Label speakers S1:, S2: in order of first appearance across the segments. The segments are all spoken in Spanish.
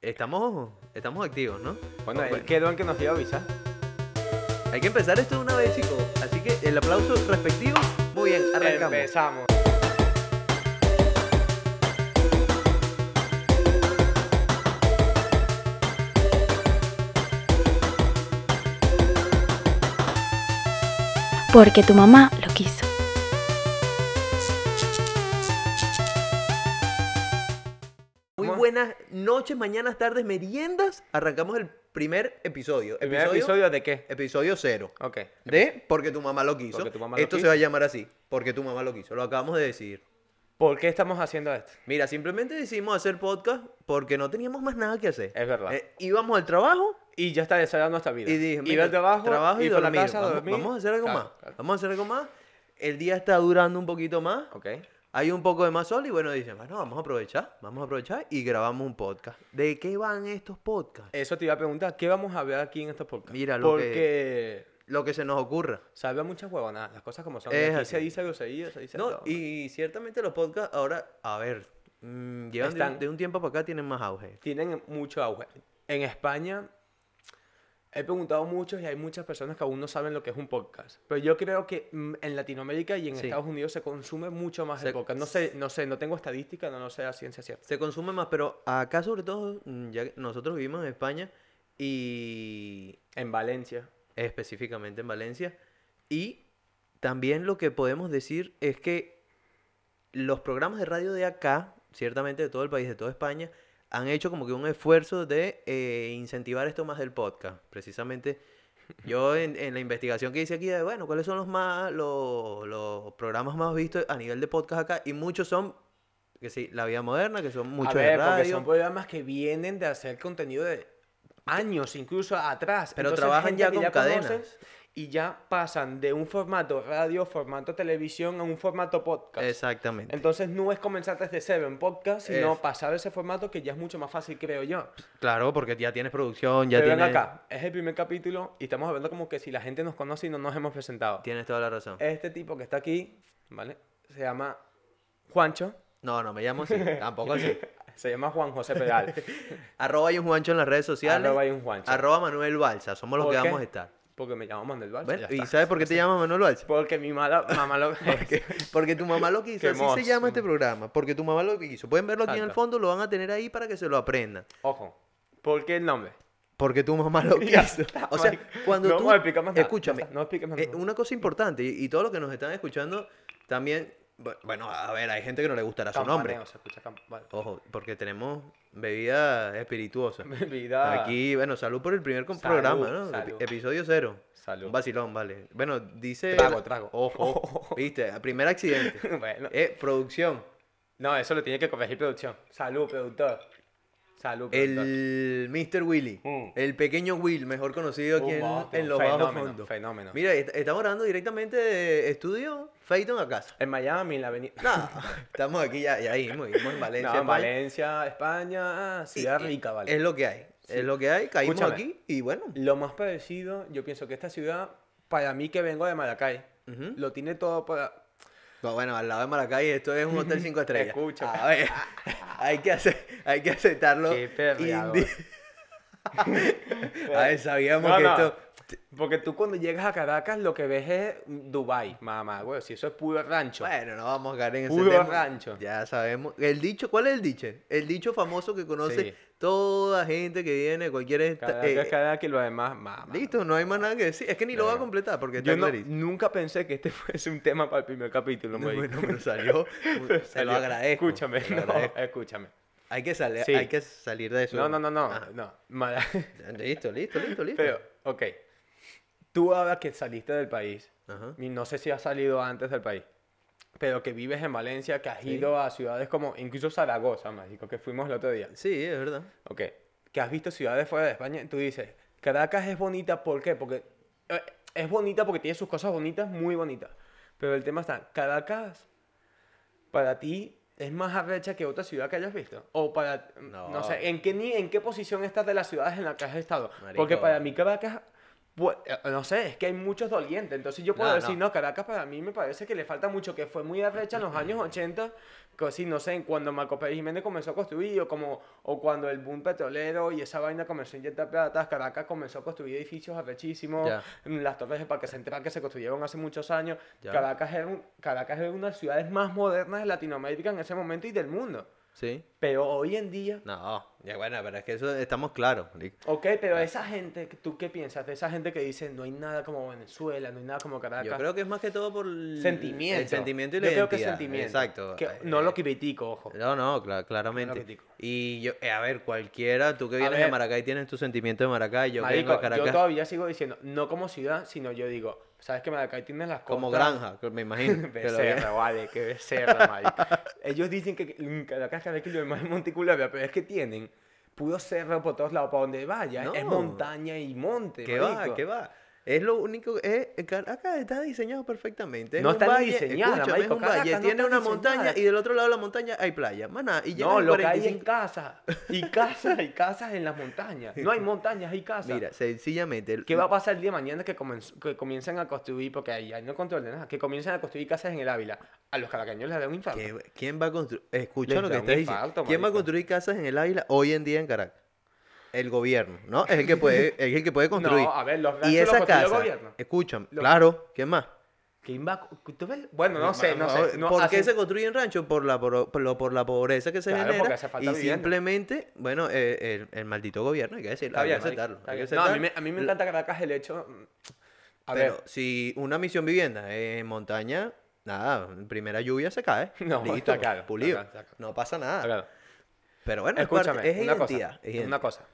S1: Estamos, estamos activos, ¿no?
S2: Bueno,
S1: Ok.
S2: él quedó en que nos iba a avisar.
S1: Hay que empezar esto de una vez, chicos. Así que el aplauso respectivo. Muy bien, arrancamos.
S2: Empezamos.
S3: Porque tu mamá lo quiso.
S1: Muy buenas noches, mañanas, tardes, meriendas. Arrancamos el primer episodio.
S2: ¿Primer episodio de qué?
S1: Episodio cero.
S2: Ok.
S1: De Porque tu mamá lo quiso.
S2: Porque tu mamá lo
S1: Esto se
S2: quiso.
S1: va a llamar así. Porque tu mamá lo quiso. Lo acabamos de decir.
S2: ¿Por qué estamos haciendo esto?
S1: Mira, simplemente decidimos hacer podcast porque no teníamos más nada que hacer.
S2: Es verdad.
S1: Eh, íbamos al trabajo
S2: Y ya está desarrollando nuestra vida.
S1: y dije,
S2: Iba al trabajo,
S1: trabajo y,
S2: y por la
S1: dormir.
S2: casa a
S1: vamos,
S2: dormir.
S1: vamos a hacer algo
S2: Claro,
S1: más.
S2: claro.
S1: Vamos a hacer algo más. El día está durando un poquito más.
S2: Ok.
S1: Hay un poco de más sol y bueno, dicen, bueno, vamos a aprovechar, vamos a aprovechar y grabamos un podcast. ¿De qué van estos podcasts? Eh,
S2: Eso te iba a preguntar, ¿qué vamos a ver aquí en este podcast?
S1: Mira lo
S2: Porque
S1: Lo que se nos ocurra.
S2: se habla muchas huevonadas, las cosas como son.
S1: Es
S2: y aquí
S1: así.
S2: se dice grosería, se dice
S1: No,
S2: todo.
S1: y ciertamente los podcasts ahora, a ver, mm, llevan de un-
S2: Están-
S1: de, un tiempo para acá, tienen más auge.
S2: tienen mucho auge. En España he preguntado mucho y hay muchas personas que aún no saben lo que es un podcast. Pero yo creo que mm, en Latinoamérica y en
S1: Sí.
S2: Estados Unidos se consume mucho más
S1: Se-
S2: el podcast. No sé, no sé, no tengo estadística, no lo sé a ciencia cierta.
S1: Se consume más, pero acá sobre todo, mm, ya que nosotros vivimos en España y
S2: En Valencia.
S1: específicamente en Valencia. Y también lo que podemos decir es que los programas de radio de acá, ciertamente de todo el país, de toda España, han hecho como que un esfuerzo de eh, incentivar esto más del podcast. Precisamente yo en, en la investigación que hice aquí, de, bueno, ¿cuáles son los, más, los, los programas más vistos a nivel de podcast acá? Y muchos son, que sí, La Vida Moderna, que son muchos
S2: a ver,
S1: de
S2: porque
S1: radio.
S2: son pues, programas que vienen de hacer contenido de años, incluso atrás.
S1: Pero
S2: Entonces,
S1: trabajan
S2: gente
S1: ya
S2: que
S1: con
S2: conoces
S1: cadenas.
S2: Y ya pasan de un formato radio, formato televisión, a un formato podcast.
S1: Exactamente.
S2: Entonces no es comenzar desde cero en podcast, sino
S1: Es.
S2: pasar ese formato que ya es mucho más fácil, creo yo.
S1: claro, porque ya tienes producción, ya
S2: Pero ven
S1: tienes...
S2: acá, es el primer capítulo y estamos hablando como que si la gente nos conoce y no nos hemos presentado.
S1: Tienes toda la razón.
S2: Este tipo que está aquí, ¿vale? Se llama Juancho,
S1: No, no me llamo así, tampoco así.
S2: se llama Juan José Pedal.
S1: Arroba y un Juancho en las redes sociales.
S2: Arroba hay un Juancho.
S1: Arroba Manuel Balsa, somos los
S2: ¿Por
S1: que
S2: qué?
S1: vamos a estar.
S2: Porque me llamo Manuel Valls.
S1: Bueno,
S2: ya
S1: ¿Y
S2: está.
S1: sabes por qué te llamas Manuel Balsa?
S2: Porque mi mala, mamá lo...
S1: Porque tu mamá lo quiso,
S2: Qué
S1: así se
S2: mozo.
S1: llama este programa. Porque tu mamá lo quiso. Pueden verlo aquí en el
S2: Exacto.
S1: fondo, lo van a tener ahí para que se lo aprendan.
S2: Ojo, ¿por qué el nombre?
S1: Porque tu mamá lo
S2: Ya
S1: quiso.
S2: está,
S1: O sea,
S2: marico.
S1: cuando
S2: No
S1: tú.
S2: vamos a explicar más nada, ya
S1: Escúchame.
S2: está, no expliques más
S1: eh,
S2: nada.
S1: una cosa importante, y, y todos los que nos están escuchando también. bu- Bueno, a ver, hay gente que no le gustará su nombre.
S2: Campaneo, se escucha camp- vale.
S1: Ojo, porque tenemos bebida espirituosa.
S2: Bebida.
S1: Aquí, bueno, salud por el primer com-
S2: Ah. Salud,
S1: programa, ¿no? Epi-
S2: salud.
S1: Episodio cero.
S2: Salud.
S1: Un vacilón, vale. Bueno, dice.
S2: Trago, trago.
S1: Ojo, ojo. Viste, primer accidente.
S2: Bueno.
S1: Eh, producción.
S2: No, eso lo tiene que corregir producción. Salud, productor. Salud, productor.
S1: El Mr. Willy.
S2: Mm.
S1: El pequeño Will, mejor conocido aquí
S2: Un
S1: en,
S2: monstruo,
S1: en los bajos
S2: Uh, fenómeno,
S1: fondos.
S2: fenómeno.
S1: Mira, est- estamos hablando directamente de estudio Phaeton a casa.
S2: En Miami, en la avenida.
S1: Nada, estamos aquí ya, ya vimos, vimos en Valencia.
S2: No, en
S1: España.
S2: Valencia, España, ah, ciudad
S1: Y- y-
S2: rica, vale.
S1: Es lo que hay. Es lo que hay, caímos
S2: Escúchame.
S1: aquí y bueno.
S2: Lo más parecido, yo pienso que esta ciudad, para mí que vengo de Maracay,
S1: Ujú.
S2: lo tiene todo para...
S1: No, Pues bueno, al lado de Maracay esto es un hotel 5 estrellas.
S2: Escucha.
S1: A ver, hay que, ace- hay que aceptarlo.
S2: Qué perreador.
S1: indi- A ver, sabíamos
S2: No,
S1: que
S2: no.
S1: esto...
S2: Porque tú cuando llegas a Caracas lo que ves es Dubai, mamá, güey, si eso es puro rancho.
S1: Bueno, no vamos a caer en ese
S2: Puro
S1: tema.
S2: rancho.
S1: Ya sabemos. El dicho, ¿cuál es el dicho? El dicho famoso que conoce
S2: Sí.
S1: toda gente que viene, de cualquier... esta-
S2: Caracas,
S1: eh,
S2: Caracas y lo demás, mamá.
S1: listo, no hay más nada que decir. Es que ni lo va a
S2: Verga.
S1: completar porque está
S2: Yo no-
S1: clarísimo.
S2: nunca pensé que este fuese un tema para el primer capítulo, marico.
S1: Bueno, pero salió. Se lo
S2: Salió.
S1: agradezco.
S2: Escúchame,
S1: se lo
S2: no,
S1: agradezco.
S2: escúchame.
S1: Hay, que sale-
S2: Sí.
S1: hay que salir de eso.
S2: No, no, no, no,
S1: Ah,
S2: no. Mala-
S1: Listo, listo, listo, listo.
S2: Pero, ok. Tú ahora que saliste del país,
S1: Ajá.
S2: y no sé si has salido antes del país, pero que vives en Valencia, que has ido a ciudades como, incluso Zaragoza, México, que fuimos el otro día.
S1: Sí, es verdad.
S2: Ok. Que has visto ciudades fuera de España, tú dices, Caracas es bonita, ¿por qué? Porque eh, es bonita porque tiene sus cosas bonitas, muy bonitas. Pero el tema está, Caracas, para ti, es más arrecha que otra ciudad que hayas visto. O para, no,
S1: No.
S2: sé, ¿en qué, ni, ¿en qué posición estás de las ciudades en las que has estado?
S1: Marico.
S2: Porque para mí Caracas pu- eh, no sé, es que hay muchos dolientes. Entonces yo puedo
S1: No,
S2: decir,
S1: no.
S2: no. Caracas para mí me parece que le falta mucho, que fue muy arrecha en los años 80, que sí, no sé, en cuando Marco Pérez Jiménez comenzó a construir, o, como, o cuando el boom petrolero y esa vaina comenzó a inyectar plata, Caracas comenzó a construir edificios arrechísimos, mm,
S1: Ya.
S2: las torres de Parque Central que se construyeron hace muchos años.
S1: Ya.
S2: Caracas era, un- Caracas era una de las ciudades más modernas de Latinoamérica en ese momento y del mundo.
S1: ¿Sí?
S2: Pero hoy en día
S1: No, ya bueno, pero es que eso estamos claros. marico.
S2: Ok, pero esa gente, ¿tú qué piensas? De esa gente que dice, no hay nada como Venezuela, no hay nada como Caracas.
S1: Yo creo que es más que todo por el
S2: sentimiento.
S1: el sentimiento y
S2: Yo
S1: la
S2: creo que es
S1: identidad.
S2: sentimiento.
S1: Exacto.
S2: Que
S1: Eh,
S2: no lo critico, ojo.
S1: No, no, cla- claramente.
S2: critico.
S1: y yo, eh, a ver, cualquiera, tú que
S2: A
S1: vienes de
S2: ver.
S1: Maracay tienes tu sentimiento de Maracay, yo que vengo de
S2: Marico, yo
S1: Caracas
S2: todavía sigo diciendo, no como ciudad, sino yo digo, ¿sabes que Maracay tiene las costas?
S1: como granja, que me imagino. que lo que-
S2: Becerra, vale, que becerra, marico. Ellos dicen que mm, Caracas cada vez que lo demás es monticulabia, pero es que tienen puro cerro por todos lados, para donde vaya, es
S1: No.
S2: montaña y monte,
S1: ¿Qué
S2: marico.
S1: va? ¿Qué va? Es lo único es Caracas está diseñado perfectamente. es
S2: No
S1: un
S2: está ni
S1: valle,
S2: diseñada,
S1: escúchame,
S2: marico,
S1: es un valle,
S2: Caracas no
S1: tiene
S2: está
S1: una
S2: diseñada.
S1: montaña y del otro lado de la montaña hay playa. Maná, y llegas
S2: No,
S1: en
S2: lo que hay es
S1: 45
S2: casas, y casas, y casas en las montañas. No hay montañas, hay casas.
S1: Mira, sencillamente el-
S2: ¿Qué va a pasar el día de mañana que, comenz- que comiencen a construir, porque ahí ahí no controlan nada, que comiencen a construir casas en el Ávila? A los caracaños les da un infarto.
S1: ¿Qué- ¿Quién va a construir? Escucha
S2: Les
S1: lo que
S2: da un
S1: estás diciendo.
S2: infarto,
S1: ¿Quién va a
S2: marico.
S1: construir casas en el Águila hoy en día en Caracas? El gobierno, ¿no? Es el que puede, es el que puede construir.
S2: No, a ver, los ranchos
S1: y
S2: los
S1: esa
S2: construyó el
S1: casa, Eh,
S2: gobierno.
S1: escúchame,
S2: Lo-
S1: claro, ¿quién más?
S2: ¿Quién va a co- tú ves? Bueno, no sé, no
S1: Ahora,
S2: sé. No,
S1: Eh, ¿Por qué
S2: hacen-
S1: se construyen ranchos? Por la, por, por lo- por la pobreza que se
S2: Claro, porque
S1: genera.
S2: hace falta
S1: Y
S2: vivienda.
S1: simplemente, bueno, eh, el, el maldito gobierno, hay que decirlo,
S2: Está
S1: hay
S2: bien,
S1: que aceptarlo.
S2: marico, está
S1: hay que
S2: bien. No, a mí, me,
S1: aceptar.
S2: a mí me encanta Caracas el hecho... mm, A
S1: Pero
S2: ver,
S1: si una misión vivienda en montaña, nada, primera lluvia se cae.
S2: No,
S1: listo,
S2: está claro, está
S1: pulido.
S2: claro, está claro.
S1: No pasa nada.
S2: claro,
S1: Ah, Pero bueno, es parte-
S2: escúchame,
S1: es
S2: una
S1: identidad.
S2: cosa.
S1: es ident-
S2: Una cosa.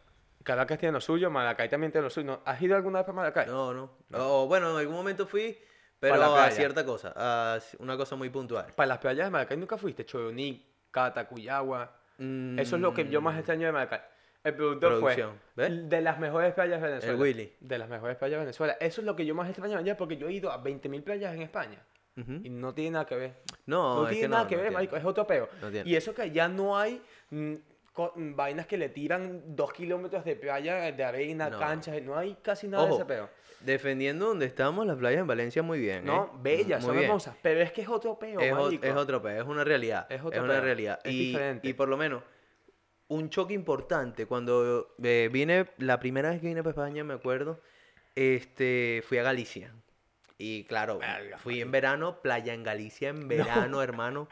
S2: Caracas tiene lo suyo, Maracay también tiene lo suyo. ¿No? ¿Has ido alguna vez para Maracay?
S1: No, no. O bueno, en algún momento fui, pero
S2: la
S1: a
S2: playa.
S1: cierta cosa, a c- una cosa muy puntual.
S2: Para las playas de Maracay nunca fuiste, Choyoní, Cata, Cuyagua. Eso es lo que yo más extraño de Maracay. El productor
S1: Producción,
S2: fue
S1: ¿ves?
S2: de las mejores playas de Venezuela.
S1: El Willy.
S2: De las mejores playas de Venezuela. Eso es lo que yo más extraño allá porque yo he ido a 20.000 playas en España.
S1: Mm, Ujú.
S2: Y no tiene nada que ver.
S1: No,
S2: No,
S1: es
S2: tiene
S1: que no,
S2: nada que
S1: no
S2: ver,
S1: tiene.
S2: marico. Es otro peo.
S1: No tiene.
S2: y eso que allá no hay mm, co- mm, vainas que le tiran dos kilómetros de playa, eh, de arena,
S1: No.
S2: canchas. No hay casi nada de
S1: Ojo,
S2: ese peo.
S1: Defendiendo donde estamos, las playas en Valencia muy bien. ¿eh?
S2: No, bellas,
S1: Muy
S2: son
S1: bien.
S2: hermosas. Pero es que es otro peo,
S1: Es, o-
S2: marico.
S1: es otro peo, es una realidad.
S2: Es
S1: Es,
S2: otro
S1: una
S2: peo,
S1: realidad.
S2: es
S1: y,
S2: diferente.
S1: y por lo menos, un choque importante. Cuando eh, vine, la primera vez que vine para España, me acuerdo, este, fui a Galicia. Y claro,
S2: Verga,
S1: fui en verano, playa en Galicia en verano, hermano.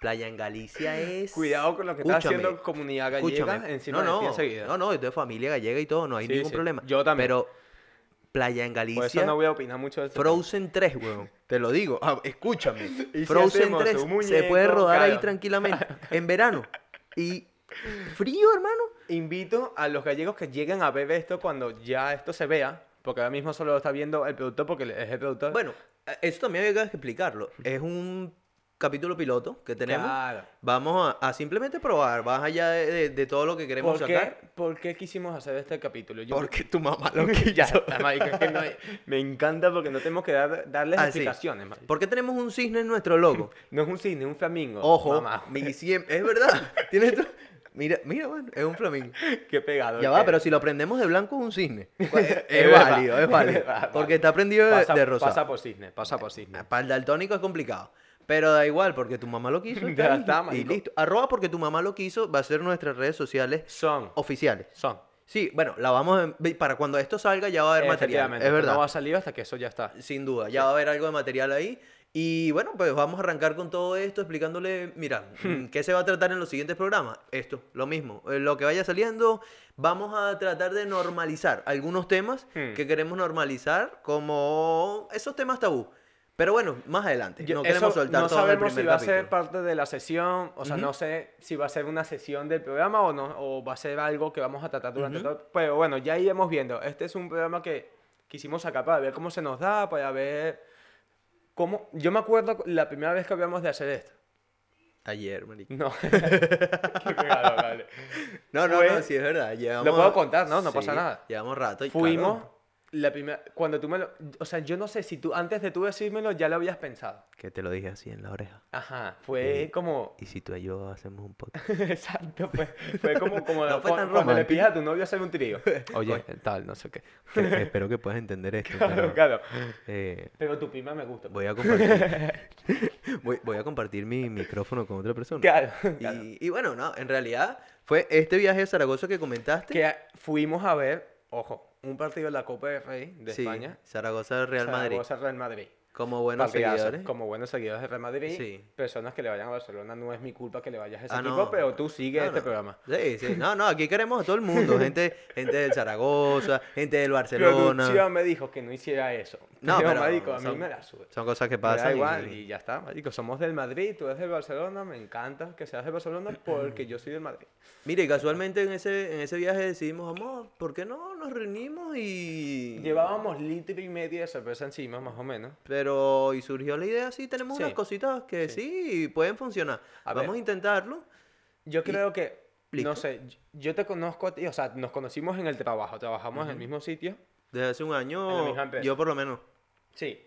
S1: Playa en Galicia es.
S2: Cuidado con lo que está
S1: Escúchame,
S2: haciendo comunidad gallega
S1: Escúchame. no,
S2: encima de ti
S1: no,
S2: enseguida.
S1: no, no, es de familia gallega y todo, no hay
S2: Sí,
S1: ningún
S2: sí,
S1: problema.
S2: yo también.
S1: Pero Playa en Galicia,
S2: Por eso no voy a opinar mucho de este eso.
S1: Frozen 3, weón. Te lo digo, Ah, escúchame.
S2: si
S1: Frozen
S2: hacemos
S1: 3
S2: un
S1: se
S2: muñeco,
S1: puede rodar ahí
S2: claro.
S1: tranquilamente en verano. Y frío, hermano.
S2: Invito a los gallegos que lleguen a ver esto cuando ya esto se vea, porque ahora mismo solo lo está viendo el productor porque es el productor.
S1: Bueno, eso también había que explicarlo. Es un capítulo piloto que tenemos.
S2: Claro.
S1: Vamos a, a simplemente probar, vas allá de, de- de todo lo que queremos
S2: ¿Por qué,
S1: sacar.
S2: ¿Por qué quisimos hacer este capítulo? Yo-
S1: Porque tu mamá lo quiso.
S2: ya está, marico, es que no hay- me encanta porque no tenemos que dar, darles
S1: Así.
S2: explicaciones. marico.
S1: Ah, ¿Por qué tenemos un cisne en nuestro logo?
S2: No es un cisne, es un flamingo.
S1: Ojo,
S2: Mamá,
S1: mi siem- es verdad. Tienes tu- Mira, mira, bueno, es un flamingo.
S2: qué pegado.
S1: Ya
S2: que-
S1: va, pero si lo prendemos de blanco es un cisne. Es,
S2: Es verdad,
S1: válido, es válido.
S2: es verdad.
S1: Porque está prendido de,
S2: pasa,
S1: de rosado.
S2: Pasa por cisne, pasa por cisne.
S1: Para el daltónico es complicado. Pero da igual, porque tu mamá lo quiso. Está
S2: Ya
S1: ahí,
S2: está,
S1: y
S2: marico.
S1: listo. Arroba porque tu mamá lo quiso va a ser nuestras redes sociales
S2: Son,
S1: oficiales.
S2: son.
S1: Sí, bueno, la vamos a- Para cuando esto salga ya va a haber material.
S2: Efectivamente,
S1: Es verdad.
S2: No va a salir hasta que eso ya está.
S1: Sin duda, ya va a haber algo de material ahí. Y bueno, pues vamos a arrancar con todo esto explicándole, mira,
S2: Hmm.
S1: mm, ¿qué se va a tratar en los siguientes programas? Esto, lo mismo, eh, lo que vaya saliendo, vamos a tratar de normalizar algunos temas
S2: Hmm.
S1: que queremos normalizar como esos temas tabú. Pero bueno, más adelante,
S2: Yo-
S1: no
S2: eso
S1: queremos soltar
S2: no
S1: todo en el
S2: sabemos si
S1: primer
S2: va a ser
S1: capítulo.
S2: parte de la sesión, o sea, no sé si va a ser una sesión del programa o no, o va a ser algo que vamos a tratar durante todo. Pero bueno, ya iremos viendo. Este es un programa que quisimos sacar para ver cómo se nos da, para ver cómo. Yo me acuerdo la primera vez que hablamos de hacer esto.
S1: Ayer, marico.
S2: No. Qué pegado, vale.
S1: No, no,
S2: Fue-
S1: no, sí es verdad. llevamos-
S2: puedo contar, ¿no? No
S1: sí,
S2: pasa nada.
S1: Llevamos rato y
S2: Fuimos
S1: claro,
S2: la primera, cuando tú me lo, o sea, yo no sé si tú antes de tú decírmelo ya lo habías pensado.
S1: Que te lo dije así en la oreja.
S2: Ajá, fue
S1: Sí.
S2: como,
S1: Y si tú y yo hacemos un podcast.
S2: exacto, fue, fue como, como
S1: No fue
S2: cu-
S1: tan
S2: cuando le
S1: romántico.
S2: pides a tu novio hacer un trío.
S1: Oye. eh,
S2: tal, no sé qué.
S1: Que eh, espero que puedas entender esto.
S2: Claro,
S1: pero,
S2: claro.
S1: eh,
S2: Pero tu prima me gusta.
S1: voy a compartir. voy, voy a compartir mi micrófono con otra persona.
S2: Claro, claro.
S1: Y, y bueno, no, en realidad fue este viaje a Zaragoza que comentaste.
S2: Que a- fuimos a ver, ojo, un partido de la Copa del Rey de
S1: Sí,
S2: España.
S1: Zaragoza Real Madrid.
S2: Zaragoza, Real Madrid.
S1: Como buenos
S2: Partidazo,
S1: seguidores.
S2: Como buenos seguidores de Real Madrid.
S1: Sí.
S2: Personas que le vayan a Barcelona, no es mi culpa que le vayas a ese
S1: Ah,
S2: equipo,
S1: no.
S2: pero tú sigues
S1: No,
S2: este
S1: no.
S2: programa.
S1: Sí, sí. No, no, aquí queremos a todo el mundo. Gente, gente del Zaragoza, gente del Barcelona.
S2: Producción me dijo que no hiciera eso.
S1: No, pero
S2: marico, a mí
S1: son-
S2: me la sube.
S1: Son cosas que
S2: Me da
S1: pasan. y-
S2: igual y ya está, marico. Somos del Madrid, tú eres del Barcelona, me encanta que seas del Barcelona porque yo soy del Madrid.
S1: Mire, y casualmente en ese, en ese viaje decidimos, amor, ¿por qué no nos reunimos y...
S2: Llevábamos litro y medio de cerveza encima, más o menos.
S1: Pero, y surgió la idea, sí, tenemos
S2: Sí.
S1: unas cositas que
S2: Sí.
S1: sí, pueden funcionar.
S2: A
S1: Vamos
S2: ver.
S1: a intentarlo.
S2: Yo creo que,
S1: ¿Listo?
S2: no sé, yo- yo te conozco a ti, o sea, nos conocimos en el trabajo, trabajamos en el mismo sitio.
S1: Desde hace un
S2: En la
S1: año,
S2: misma empresa.
S1: yo por lo menos.
S2: Sí.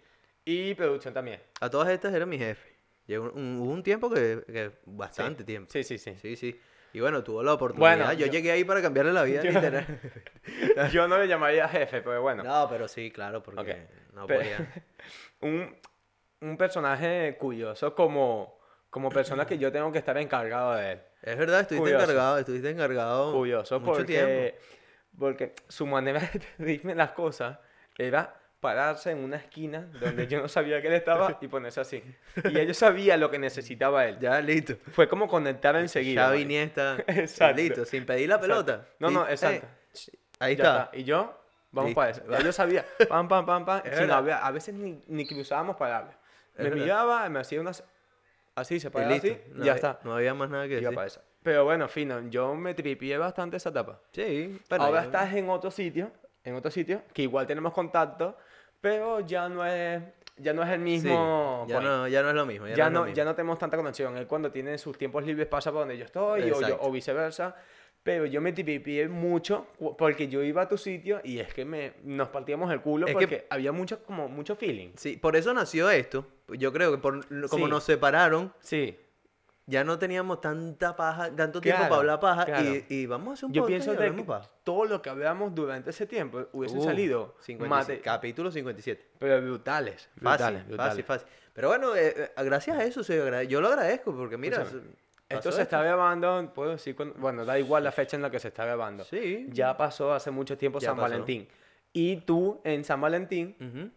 S2: Y producción también. Sí.
S1: A todas estas era mi jefe. Llegó un, un- hubo un tiempo que, que bastante tiempo.
S2: Sí, sí, sí.
S1: Sí, sí. Y bueno, tuvo la oportunidad. yo,
S2: yo-
S1: llegué ahí para cambiarle la vida,
S2: Yo-
S1: literal.
S2: Yo no le llamaría jefe, pero bueno.
S1: No, pero sí, claro, porque
S2: Ok.
S1: no
S2: Pe-
S1: podía.
S2: Un, un personaje curioso como, como persona que yo tengo que estar encargado de él.
S1: Es verdad, estuviste
S2: Curioso.
S1: encargado, estuviste encargado
S2: Curioso
S1: mucho
S2: porque,
S1: tiempo.
S2: porque su manera de pedirme las cosas era pararse en una esquina donde yo no sabía que él estaba y ponerse así. Y ya yo sabía lo que necesitaba él.
S1: Ya, listo.
S2: Fue como conectar enseguida.
S1: Xavi
S2: marico.
S1: Iniesta,
S2: Exacto.
S1: eh, listo, sin pedir la pelota.
S2: No, no,
S1: Listo,
S2: exacto.
S1: eh, ahí
S2: Ya
S1: está.
S2: Y yo, vamos
S1: Listo.
S2: para eso. Ya yo sabía, pam, pam, pam, pam.
S1: Es
S2: sin
S1: verdad.
S2: hablar. a veces ni, ni cruzábamos palabras. Me
S1: verdad.
S2: miraba, me hacía unas. Así, se
S1: Y
S2: paraba
S1: listo.
S2: así,
S1: No
S2: ya
S1: había-
S2: está.
S1: No había más nada que
S2: Iba
S1: decir.
S2: para esa. Pero bueno, fino, yo me tripié bastante esa etapa.
S1: Sí, bueno,
S2: Ahora
S1: yo-
S2: estás en otro sitio, en otro sitio, que igual tenemos contacto, pero ya no es, ya no es el
S1: sí,
S2: mismo.
S1: ya,
S2: point.
S1: no, ya no es lo mismo. Ya,
S2: Ya
S1: no,
S2: no, ya no tenemos tanta conexión. Él cuando tiene sus tiempos libres pasa por donde yo estoy o, yo-
S1: Exacto.
S2: o viceversa. Pero yo me tipipié mucho cu- porque yo iba a tu sitio y es que me, nos partíamos el culo
S1: Es que-
S2: porque había mucho, como, mucho feeling.
S1: Sí, por eso nació esto. Yo creo que por, como
S2: Sí.
S1: nos separaron,
S2: Sí.
S1: ya no teníamos tanta paja, tanto tiempo
S2: Claro,
S1: para hablar paja.
S2: claro.
S1: Y, y vamos a hacer un
S2: Yo
S1: podcast
S2: pienso
S1: y
S2: de
S1: hablamos
S2: que
S1: paja.
S2: todo lo que hablamos durante ese tiempo hubiese
S1: Uh,
S2: salido
S1: 57,
S2: mate-
S1: capítulo 57.
S2: pero brutales.
S1: Fácil,
S2: brutales,
S1: fácil,
S2: brutales.
S1: fácil. Pero bueno, eh, eh, gracias a eso se agra- yo lo agradezco porque mira,
S2: Escúchame,
S1: se- pasó
S2: Esto se está grabando, puedo decir, cuándo- bueno, da igual la fecha en la que se está grabando.
S1: Sí.
S2: Ya pasó hace mucho tiempo
S1: Ya
S2: San
S1: pasó. Mm.
S2: Valentín. Y tú en San Valentín
S1: Ujú.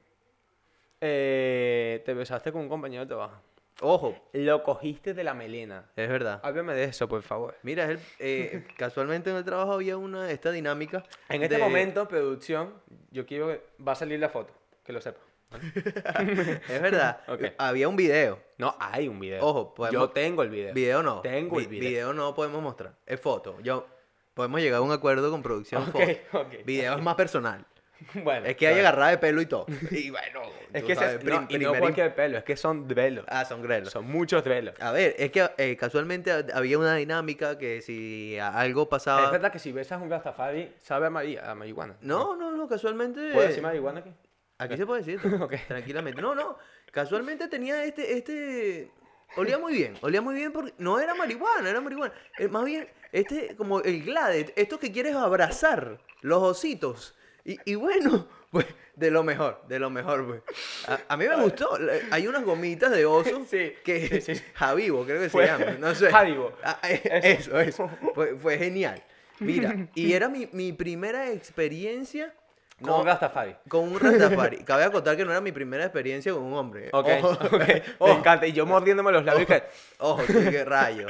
S2: eh, te besaste con un compañero de trabajo.
S1: Ojo,
S2: Lo cogiste de la melena.
S1: es verdad.
S2: Háblame de eso, por favor.
S1: Mira, es el- eh, casualmente en el trabajo había una esta dinámica.
S2: En este
S1: de-
S2: momento, producción, yo quiero que va a salir la foto, que lo sepa.
S1: es verdad,
S2: Ok.
S1: había un video.
S2: No, hay un video.
S1: Ojo, podemos-
S2: yo tengo el video.
S1: Video no.
S2: Tengo el
S1: vi-
S2: video.
S1: no podemos mostrar. Es foto. Yo podemos llegar a un acuerdo con producción
S2: Ok,
S1: foto.
S2: ok.
S1: Video es más personal.
S2: Bueno,
S1: Es que hay
S2: está bien.
S1: agarrada de pelo y todo. Y bueno,
S2: Es
S1: tú
S2: que ese-
S1: sabes, prim-
S2: no, y no
S1: primer-
S2: cualquier pelo, es que son velos.
S1: Ah, son grelos.
S2: Son muchos velos.
S1: A ver, es que eh, casualmente ha- había una dinámica que si a- algo pasaba.
S2: Es verdad que si besas un Rastafari, sabe a, María, a marihuana.
S1: Ah. No, no, no, casualmente.
S2: ¿Puedo decir marihuana aquí?
S1: Aquí se puede decir.
S2: Ok.
S1: Tranquilamente. No, no. Casualmente tenía este, este. Olía muy bien. Olía muy bien porque. No era marihuana, era marihuana. Eh, más bien, este, como el Glade, esto que quieres abrazar, los ositos. Y, y bueno, pues, de lo mejor, de lo mejor, pues. A, a mí me gustó. La- Hay unas gomitas de oso
S2: Sí,
S1: que.
S2: sí, sí.
S1: Javivo, creo que
S2: Fue-
S1: se llama. No sé.
S2: Jadivo.
S1: Ah, eh, eso, eso. Fue, fue genial. Mira, y era mi, mi primera experiencia.
S2: Con
S1: no-
S2: un Rastafari.
S1: con un Rastafari. Cabe acotar que no era mi primera experiencia con un hombre.
S2: Ok,
S1: Ojo,
S2: ok. Me
S1: ojo,
S2: encanta. Y yo mordiéndome los labios. que-
S1: ojo, sí, qué rayo.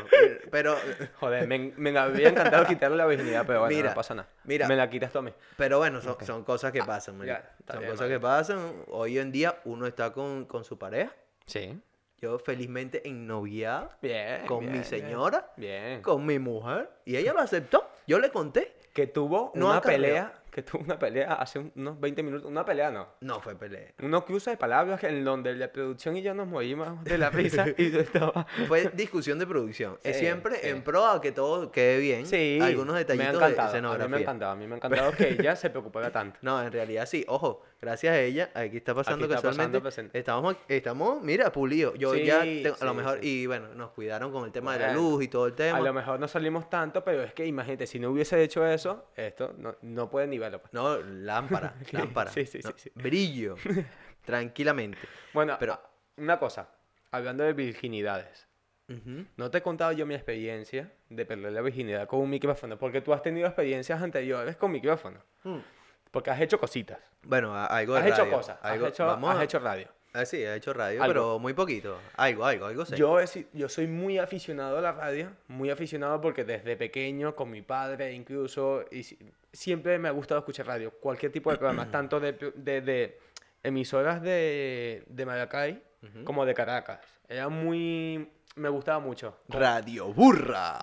S1: Pero,
S2: Joder, me, me había encantado quitarle la virginidad, pero bueno,
S1: Mira,
S2: no pasa nada.
S1: mira.
S2: Me la quitas tú a mí.
S1: pero bueno, son, son cosas que pasan, marico.
S2: ya, está
S1: Son
S2: bien,
S1: cosas que pasan. Hoy en día uno está con, con su pareja.
S2: Sí.
S1: Yo felizmente ennoviado
S2: Bien.
S1: con
S2: bien,
S1: mi
S2: bien.
S1: señora,
S2: Bien.
S1: con mi mujer. Y ella lo aceptó. Yo le conté.
S2: Que tuvo
S1: No
S2: una
S1: acarreo.
S2: pelea. que tuvo una pelea hace un- unos 20 minutos. Una pelea no.
S1: No fue pelea.
S2: Unos cruces de palabras en donde la producción y yo nos movimos de la risa y yo estaba...
S1: Fue discusión de producción. es
S2: Sí,
S1: siempre
S2: sí.
S1: en pro a que todo quede bien.
S2: Sí,
S1: Algunos detallitos
S2: me ha
S1: de
S2: encantado, A mí me ha
S1: escenografía.
S2: encantado, a mí me ha encantado que ella se preocupara tanto.
S1: No, en realidad sí. Ojo, gracias a ella, aquí está pasando
S2: está
S1: casualmente.
S2: pasando presente.
S1: estamos, estamos, mira, pulido. Yo ya,
S2: Sí,
S1: tengo- a lo
S2: sí,
S1: mejor,
S2: sí.
S1: y bueno, nos cuidaron con el tema de la
S2: Bueno,
S1: luz y todo el tema.
S2: A lo mejor no salimos tanto, pero es que imagínate, si no hubiese hecho eso, esto no, no puede ni verlo. pues.
S1: No, lámpara,
S2: Sí,
S1: lámpara.
S2: sí, sí,
S1: no,
S2: sí, sí.
S1: Brillo, tranquilamente.
S2: Bueno,
S1: Pero-
S2: pero... una cosa, hablando de virginidades.
S1: Ujú.
S2: No te he contado yo mi experiencia de perder la virginidad con un micrófono, porque tú has tenido experiencias anteriores con micrófono,
S1: Mm.
S2: porque has hecho cositas,
S1: Bueno, a- algo de
S2: has hecho
S1: radio,
S2: cosas,
S1: algo-
S2: has, hecho,
S1: vamos
S2: has
S1: a-
S2: hecho radio.
S1: Ah, sí, he hecho radio,
S2: Algo.
S1: pero muy poquito. Algo, algo, algo sé.
S2: Yo, he si- yo soy muy aficionado a la radio, muy aficionado porque desde pequeño, con mi padre incluso, y si- siempre me ha gustado escuchar radio. Cualquier tipo de programas, tanto de, pro- de- de emisoras de, de Maracay
S1: Ujú.
S2: como de Caracas. Era muy... me gustaba mucho.
S1: Radio Burra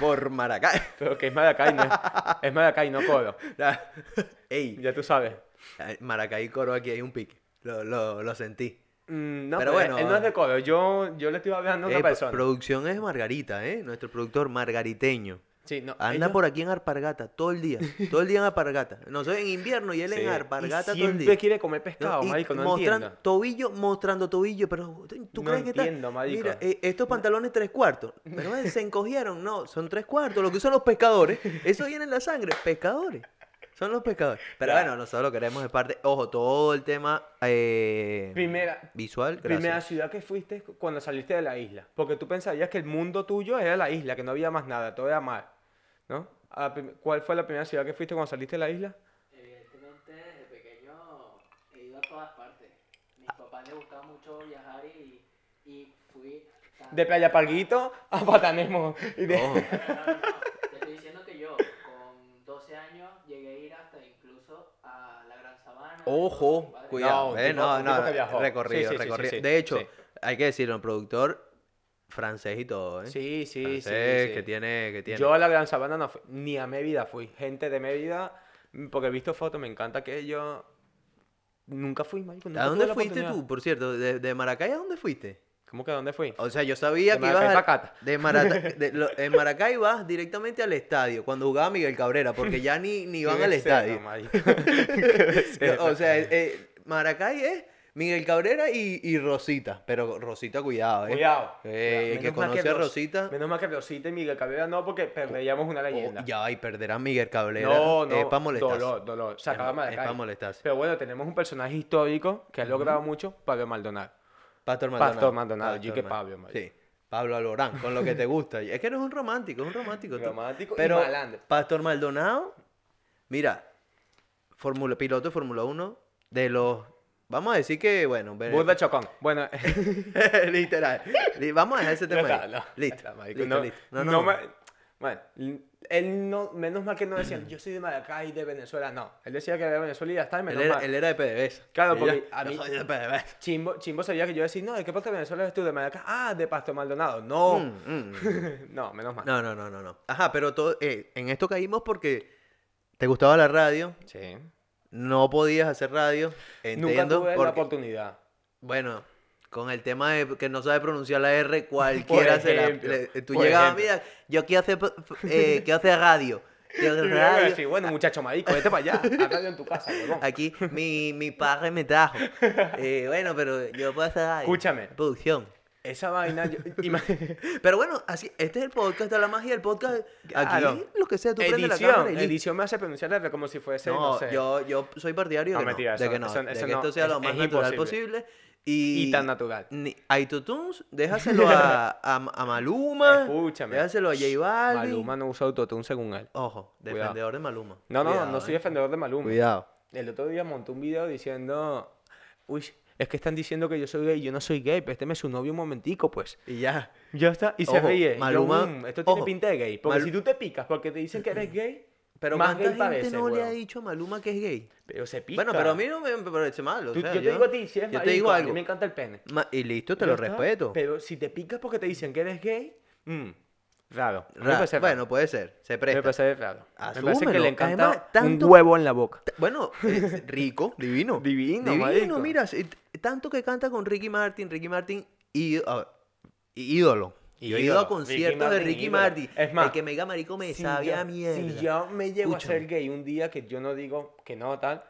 S1: por Maracay.
S2: Pero que es Maracay, no es, es Maracay, no Coro.
S1: Ey,
S2: Ya tú sabes.
S1: Maracay Coro, aquí hay un pique. Lo, lo, lo sentí.
S2: Mm, no,
S1: Pero
S2: pero
S1: bueno,
S2: bueno, él no es de Coro. Yo, yo le estoy hablando a otra
S1: Eh, pro-
S2: persona.
S1: producción es Margarita, ¿eh? Nuestro productor margariteño.
S2: Sí, no,
S1: Anda
S2: ellos-
S1: por aquí en Arpargata todo el día. Todo el día en Arpargata. Nosotros en invierno y él
S2: Sí,
S1: en
S2: y
S1: Arpargata todo el
S2: siempre
S1: día.
S2: quiere comer
S1: No,
S2: pescado,
S1: y
S2: marico, no
S1: mostran-
S2: entiendo.
S1: Tobillo mostrando tobillo, pero ¿tú tú
S2: No
S1: crees que está?
S2: entiendo, marico.
S1: Mira, eh, estos pantalones tres cuartos, pero eh, se encogieron, no, son tres cuartos, lo que usan los pescadores, eso viene en la sangre, pescadores, son los pescadores. Pero
S2: Ya.
S1: bueno, nosotros lo queremos de parte, ojo, todo el tema eh,
S2: Primera,
S1: visual, gracias.
S2: primera ciudad que fuiste cu- cuando saliste de la isla. Porque tú pensarías que el mundo tuyo era la isla, que no había más nada, todo era mar. ¿No? A la prim- ¿Cuál fue la primera ciudad que fuiste cuando saliste de la isla?
S3: Evidentemente, desde pequeño he ido a todas partes. Mis papás les gustaba mucho viajar y, y fui. tan-
S2: De Playa Parguito a Patanemo. Y de-
S1: Ojo,
S3: No, no, no. Te estoy diciendo que yo, con 12 años, llegué a ir hasta incluso a la Gran Sabana.
S1: ojo,
S3: Padre-
S1: cuidado,
S2: un
S1: eh,
S2: tipo-
S1: no,
S2: un tipo
S1: no,
S2: que viajó.
S1: recorrido,
S2: Sí, sí, sí, sí,
S1: recorrido.
S2: sí,
S1: de hecho,
S2: sí.
S1: hay que decirlo, un productor francés y todo, ¿eh?
S2: Sí, sí, sí.
S1: francés,
S2: sí.
S1: que tiene, que tiene.
S2: Yo a la Gran Sabana no fui, ni a Mérida fui. Gente de Mérida, mm, porque he visto fotos, me encanta que yo... Nunca fui, marico. nunca
S1: ¿A
S2: tuve
S1: dónde
S2: la
S1: fuiste
S2: oportunidad.
S1: tú, por cierto? ¿De, de Maracay a dónde fuiste?
S2: ¿Cómo que a dónde fui?
S1: O sea, yo sabía
S2: De
S1: que ibas
S2: Maracay
S1: al-
S2: pa' Cata.
S1: de Marata- de lo- en Maracay vas directamente al estadio, cuando jugaba Miguel Cabrera, porque ya ni, ni van
S2: Qué
S1: al
S2: becerro,
S1: estadio.
S2: marico.
S1: No, o sea, eh, eh, Maracay es Miguel Cabrera y, y Rosita, pero Rosita, cuidado, ¿eh?
S2: Cuidado.
S1: Eh,
S2: Cuidado.
S1: que
S2: Menos mal
S1: conoce a
S2: Ros-
S1: Rosita.
S2: Menos mal que Rosita y Miguel Cabrera no, porque perderíamos una
S1: Oh,
S2: leyenda.
S1: ya, y perderá a Miguel Cabrera.
S2: no, no.
S1: Es para molestarse.
S2: Dolor, dolor. Se acaba
S1: es
S2: Maracay.
S1: pa' molestarse.
S2: Pero bueno, tenemos un personaje histórico que ha logrado mucho, Pablo Maldonado.
S1: Pastor Maldonado.
S2: Pastor Maldonado, yo que
S1: Ma-
S2: Pablo, marico.
S1: Sí. Pablo Alborán, con lo que te gusta. Es que eres un romántico, es un romántico. tú.
S2: Romántico y
S1: Pero
S2: malandro.
S1: Pastor Maldonado, mira, Fórmula- piloto de Fórmula 1, de los. Vamos a decir que, bueno, ve-
S2: Burda Chocón. Bueno,
S1: literal. Li- Vamos a dejar ese
S2: No,
S1: tema.
S2: no,
S1: ahí.
S2: no,
S1: listo,
S2: no, marico,
S1: listo,
S2: no,
S1: listo. No,
S2: no
S1: no.
S2: me- bueno, él no, menos mal que no decía, yo soy de Maracay, de Venezuela, no. Él decía que era de Venezuela y ya está, y
S1: él,
S2: menos
S1: era,
S2: mal.
S1: él era de PDVSA.
S2: Claro,
S1: Y
S2: porque
S1: yo,
S2: a
S1: yo
S2: mí-
S1: soy de PDVSA.
S2: Chimbo, Chimbo sabía que yo decía, no, ¿de qué parte de Venezuela eres tú? ¿De Maracay? Ah, de Pastor Maldonado. No,
S1: Mm, mm.
S2: no, menos mal.
S1: No, no, no, no, no. Ajá, pero todo, eh, en esto caímos porque te gustaba la radio,
S2: Sí.
S1: no podías hacer radio.
S2: Nunca
S1: Entiendo.
S2: tuve la
S1: porque-
S2: oportunidad.
S1: Bueno, con el tema de que no sabe pronunciar la R, cualquiera se la.
S2: ejemplo,
S1: le- tú
S2: por
S1: llegabas,
S2: ejemplo.
S1: mira, yo quiero hacer, po- f- eh, quiero hacer radio. Quiero hacer
S2: Y luego
S1: radio.
S2: decir, bueno, muchacho marico, vete para allá, haz radio en tu casa, huevón.
S1: Aquí mi, mi padre me trajo. Eh, bueno, pero yo puedo hacer radio.
S2: Escúchame.
S1: Producción.
S2: Esa vaina, yo, ima-
S1: Pero bueno, así, este es el podcast, esta es la magia del podcast. Aquí,
S2: Claro.
S1: lo que sea, tú prendes la cámara y
S2: Ah, edición,
S1: listo.
S2: edición me hace pronunciar la R como si fuese, no,
S1: No,
S2: sé.
S1: yo, yo soy partidario
S2: No,
S1: de que
S2: mentira,
S1: no, de
S2: eso-
S1: que no,
S2: eso-
S1: de
S2: eso
S1: que
S2: no,
S1: esto sea
S2: es-
S1: lo más
S2: es
S1: natural
S2: imposible.
S1: posible. Y,
S2: Y tan natural.
S1: Ni, iTunes, déjaselo a, a, a Maluma,
S2: Escúchame.
S1: déjaselo a J Balvin.
S2: Maluma no usa autotune según él.
S1: Ojo,
S2: Cuidado.
S1: defendedor de Maluma.
S2: No, no,
S1: Cuidado,
S2: no
S1: eh.
S2: soy defensor de Maluma.
S1: Cuidado.
S2: El otro día montó un video diciendo, uy, es que están diciendo que yo soy gay, yo no soy gay, pero este me es su novio un momentico, pues.
S1: Y ya.
S2: Ya está, y se
S1: Ojo,
S2: ríe. Y yo,
S1: Maluma-
S2: "Mm, esto tiene
S1: ojo,
S2: pinta de gay. Porque
S1: Mal-
S2: si tú te picas porque te dicen que eres gay,
S1: Pero
S2: más
S1: ¿cuánta
S2: gay
S1: gente
S2: pareces,
S1: no le ha
S2: weón.
S1: dicho a Maluma que es gay?
S2: Pero se pica.
S1: Bueno, pero a mí no me parece mal, o
S2: Tú-
S1: sea,
S2: yo, te digo a ti,
S1: yo
S2: si eres
S1: te
S2: marico,
S1: digo
S2: a mí
S1: algo.
S2: me encanta el pene.
S1: Ma- Y listo, te lo
S2: Ya está.
S1: respeto.
S2: Pero si te picas porque te dicen que eres gay, mm, Raro. A mí me
S1: Ra-
S2: parece raro.
S1: bueno, puede ser, se
S2: me
S1: presta.
S2: parece raro. Me parece que
S1: Asúmelo.
S2: le encanta
S1: Además, tanto-
S2: un huevo en la boca.
S1: T- Bueno, es rico, divino.
S2: Divino,
S1: divino.
S2: marico.
S1: mira, si- t- tanto que canta con Ricky Martin, Ricky Martin, y, ah, y- ídolo. Yo he ido
S2: Ídolo,
S1: a conciertos
S2: Ricky
S1: de
S2: Martin,
S1: Ricky
S2: ídolo.
S1: Martin.
S2: Es más,
S1: el que me diga marico me
S2: Si
S1: sabía
S2: yo-
S1: mierda.
S2: Si yo me llego a ser
S1: Escúchame.
S2: gay un día que yo no digo que no, tal.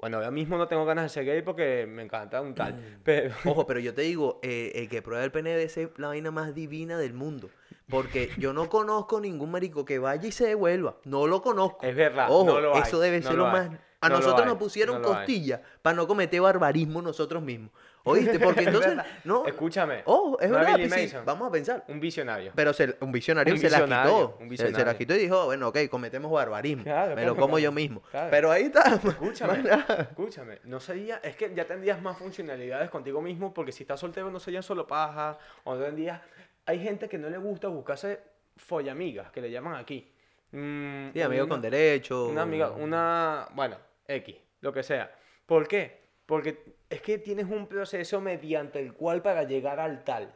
S2: Bueno, ahora mismo no tengo ganas de ser gay porque me encanta un
S1: Mm.
S2: tal. Pero.
S1: Ojo, pero yo te digo, eh, el que prueba el pene debe ser la vaina más divina del mundo. Porque yo no conozco ningún marico que vaya y se devuelva. No lo conozco.
S2: Es verdad,
S1: Ojo,
S2: no lo hay,
S1: eso debe
S2: no
S1: ser lo
S2: lo hay,
S1: más. A
S2: no lo
S1: nosotros
S2: hay,
S1: nos pusieron
S2: no lo hay.
S1: costilla para no cometer barbarismo nosotros mismos. ¿Oíste? Porque
S2: Es
S1: entonces.
S2: verdad.
S1: no,
S2: Escúchame.
S1: Ojo, es
S2: no a
S1: verdad.
S2: Billy
S1: pues sí,
S2: Mason,
S1: vamos a pensar.
S2: Un visionario.
S1: Pero se- un visionario
S2: Un
S1: se la
S2: visionario,
S1: quitó. Se-
S2: un
S1: Se,
S2: visionario.
S1: la quitó y dijo, bueno, ok, cometemos barbarismo.
S2: Claro,
S1: me
S2: claro,
S1: lo como
S2: claro,
S1: yo mismo.
S2: claro.
S1: Pero ahí está.
S2: Escúchame,
S1: más nada.
S2: escúchame, no sería, es que ya tendrías más funcionalidades contigo mismo porque si estás soltero no serían solo pajas, o tendrías, hay gente que no le gusta buscarse follamigas, que le llaman aquí. Mm,
S1: Sí, amigo
S2: una-
S1: con derecho.
S2: Una amiga, una, bueno, X, lo que sea. ¿Por qué? Porque es que tienes un proceso mediante el cual para llegar al tal.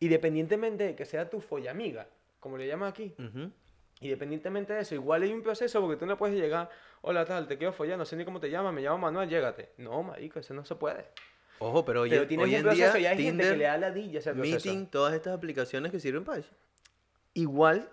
S2: Independientemente de que sea tu follamiga, como le llaman aquí,
S1: Ujú.
S2: Independientemente de eso, igual hay un proceso porque tú no puedes llegar, hola tal, te quiero follar, no sé ni cómo te llamas, me llamo Manuel, llégate. No, marico, eso no se puede.
S1: Ojo, pero hoy,
S2: Pero tienes
S1: hoy
S2: un
S1: en
S2: proceso
S1: día
S2: y hay gente que
S1: Tinder,
S2: le da ladilla ese proceso.
S1: Meeting, todas estas aplicaciones que sirven para eso.
S2: Igual,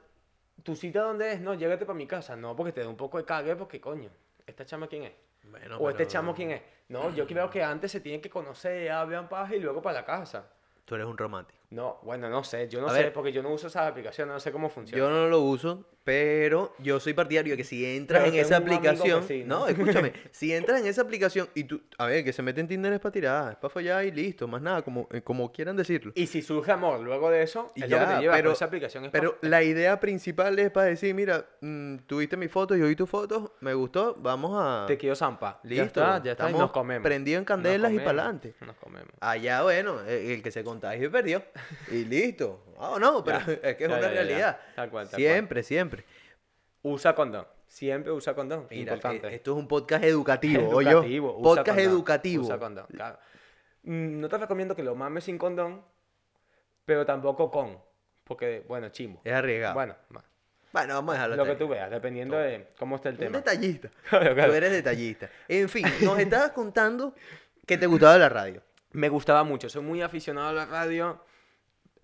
S2: tu cita dónde es, no, llégate para mi casa, no, porque te da un poco de cague, porque coño, ¿esta chama quién es?
S1: Bueno,
S2: o este chamo quién es. No, yo creo que antes se tienen que conocer, hablan paja y luego para la casa.
S1: Tú eres un romántico.
S2: No, bueno, no sé, yo no
S1: A
S2: sé,
S1: ver.
S2: porque yo no uso esas aplicaciones, no sé cómo funcionan.
S1: Yo no lo uso, pero yo soy partidario de que si entras
S2: Pero
S1: en
S2: tengo
S1: esa
S2: un amigo que
S1: aplicación.
S2: sí, ¿no?
S1: ¿no? escúchame. si entras en esa aplicación y tú. A ver, que se mete en Tinder es para tirar, es para follar y listo, más nada, como, eh, como quieran decirlo.
S2: Y si surge amor luego de eso,
S1: Y
S2: es lo que
S1: ya,
S2: te lleva, pero,
S1: pero-
S2: esa aplicación es
S1: Pero la idea principal es para decir: mira, mm, tuviste mis fotos, yo vi tus fotos, me gustó, vamos a.
S2: pa- te quiero zampa.
S1: Ah. Listo,
S2: ya está, ya está, y
S1: estamos
S2: nos comemos.
S1: prendido en
S2: Nos
S1: candelas y
S2: comemos,
S1: para adelante.
S2: Nos comemos.
S1: Allá, bueno, el, el que se contagió perdió. Y listo. Ah, no, pero
S2: Ya,
S1: es que es
S2: ya,
S1: una
S2: ya, ya, ya.
S1: realidad.
S2: Tal cual, tal
S1: siempre, siempre.
S2: Usa condón. Siempre usa condón.
S1: Mira,
S2: Importante.
S1: eh, esto es un podcast educativo, oye.
S2: Educativo, usa
S1: Podcast
S2: condón,
S1: educativo.
S2: Usa condón, claro. Mm, No te recomiendo que lo mames sin condón, pero tampoco con. Porque, bueno, chimbo.
S1: Es arriesgado. Bueno,
S2: Bueno, ma-
S1: vamos a dejarlo
S2: lo
S1: hasta
S2: que tú
S1: ahí.
S2: veas, dependiendo de cómo está el
S1: Un
S2: tema.
S1: detallista.
S2: Claro, claro.
S1: Tú eres detallista. En fin, nos estabas contando que te gustaba la radio.
S2: Me gustaba mucho, soy muy aficionado a la radio,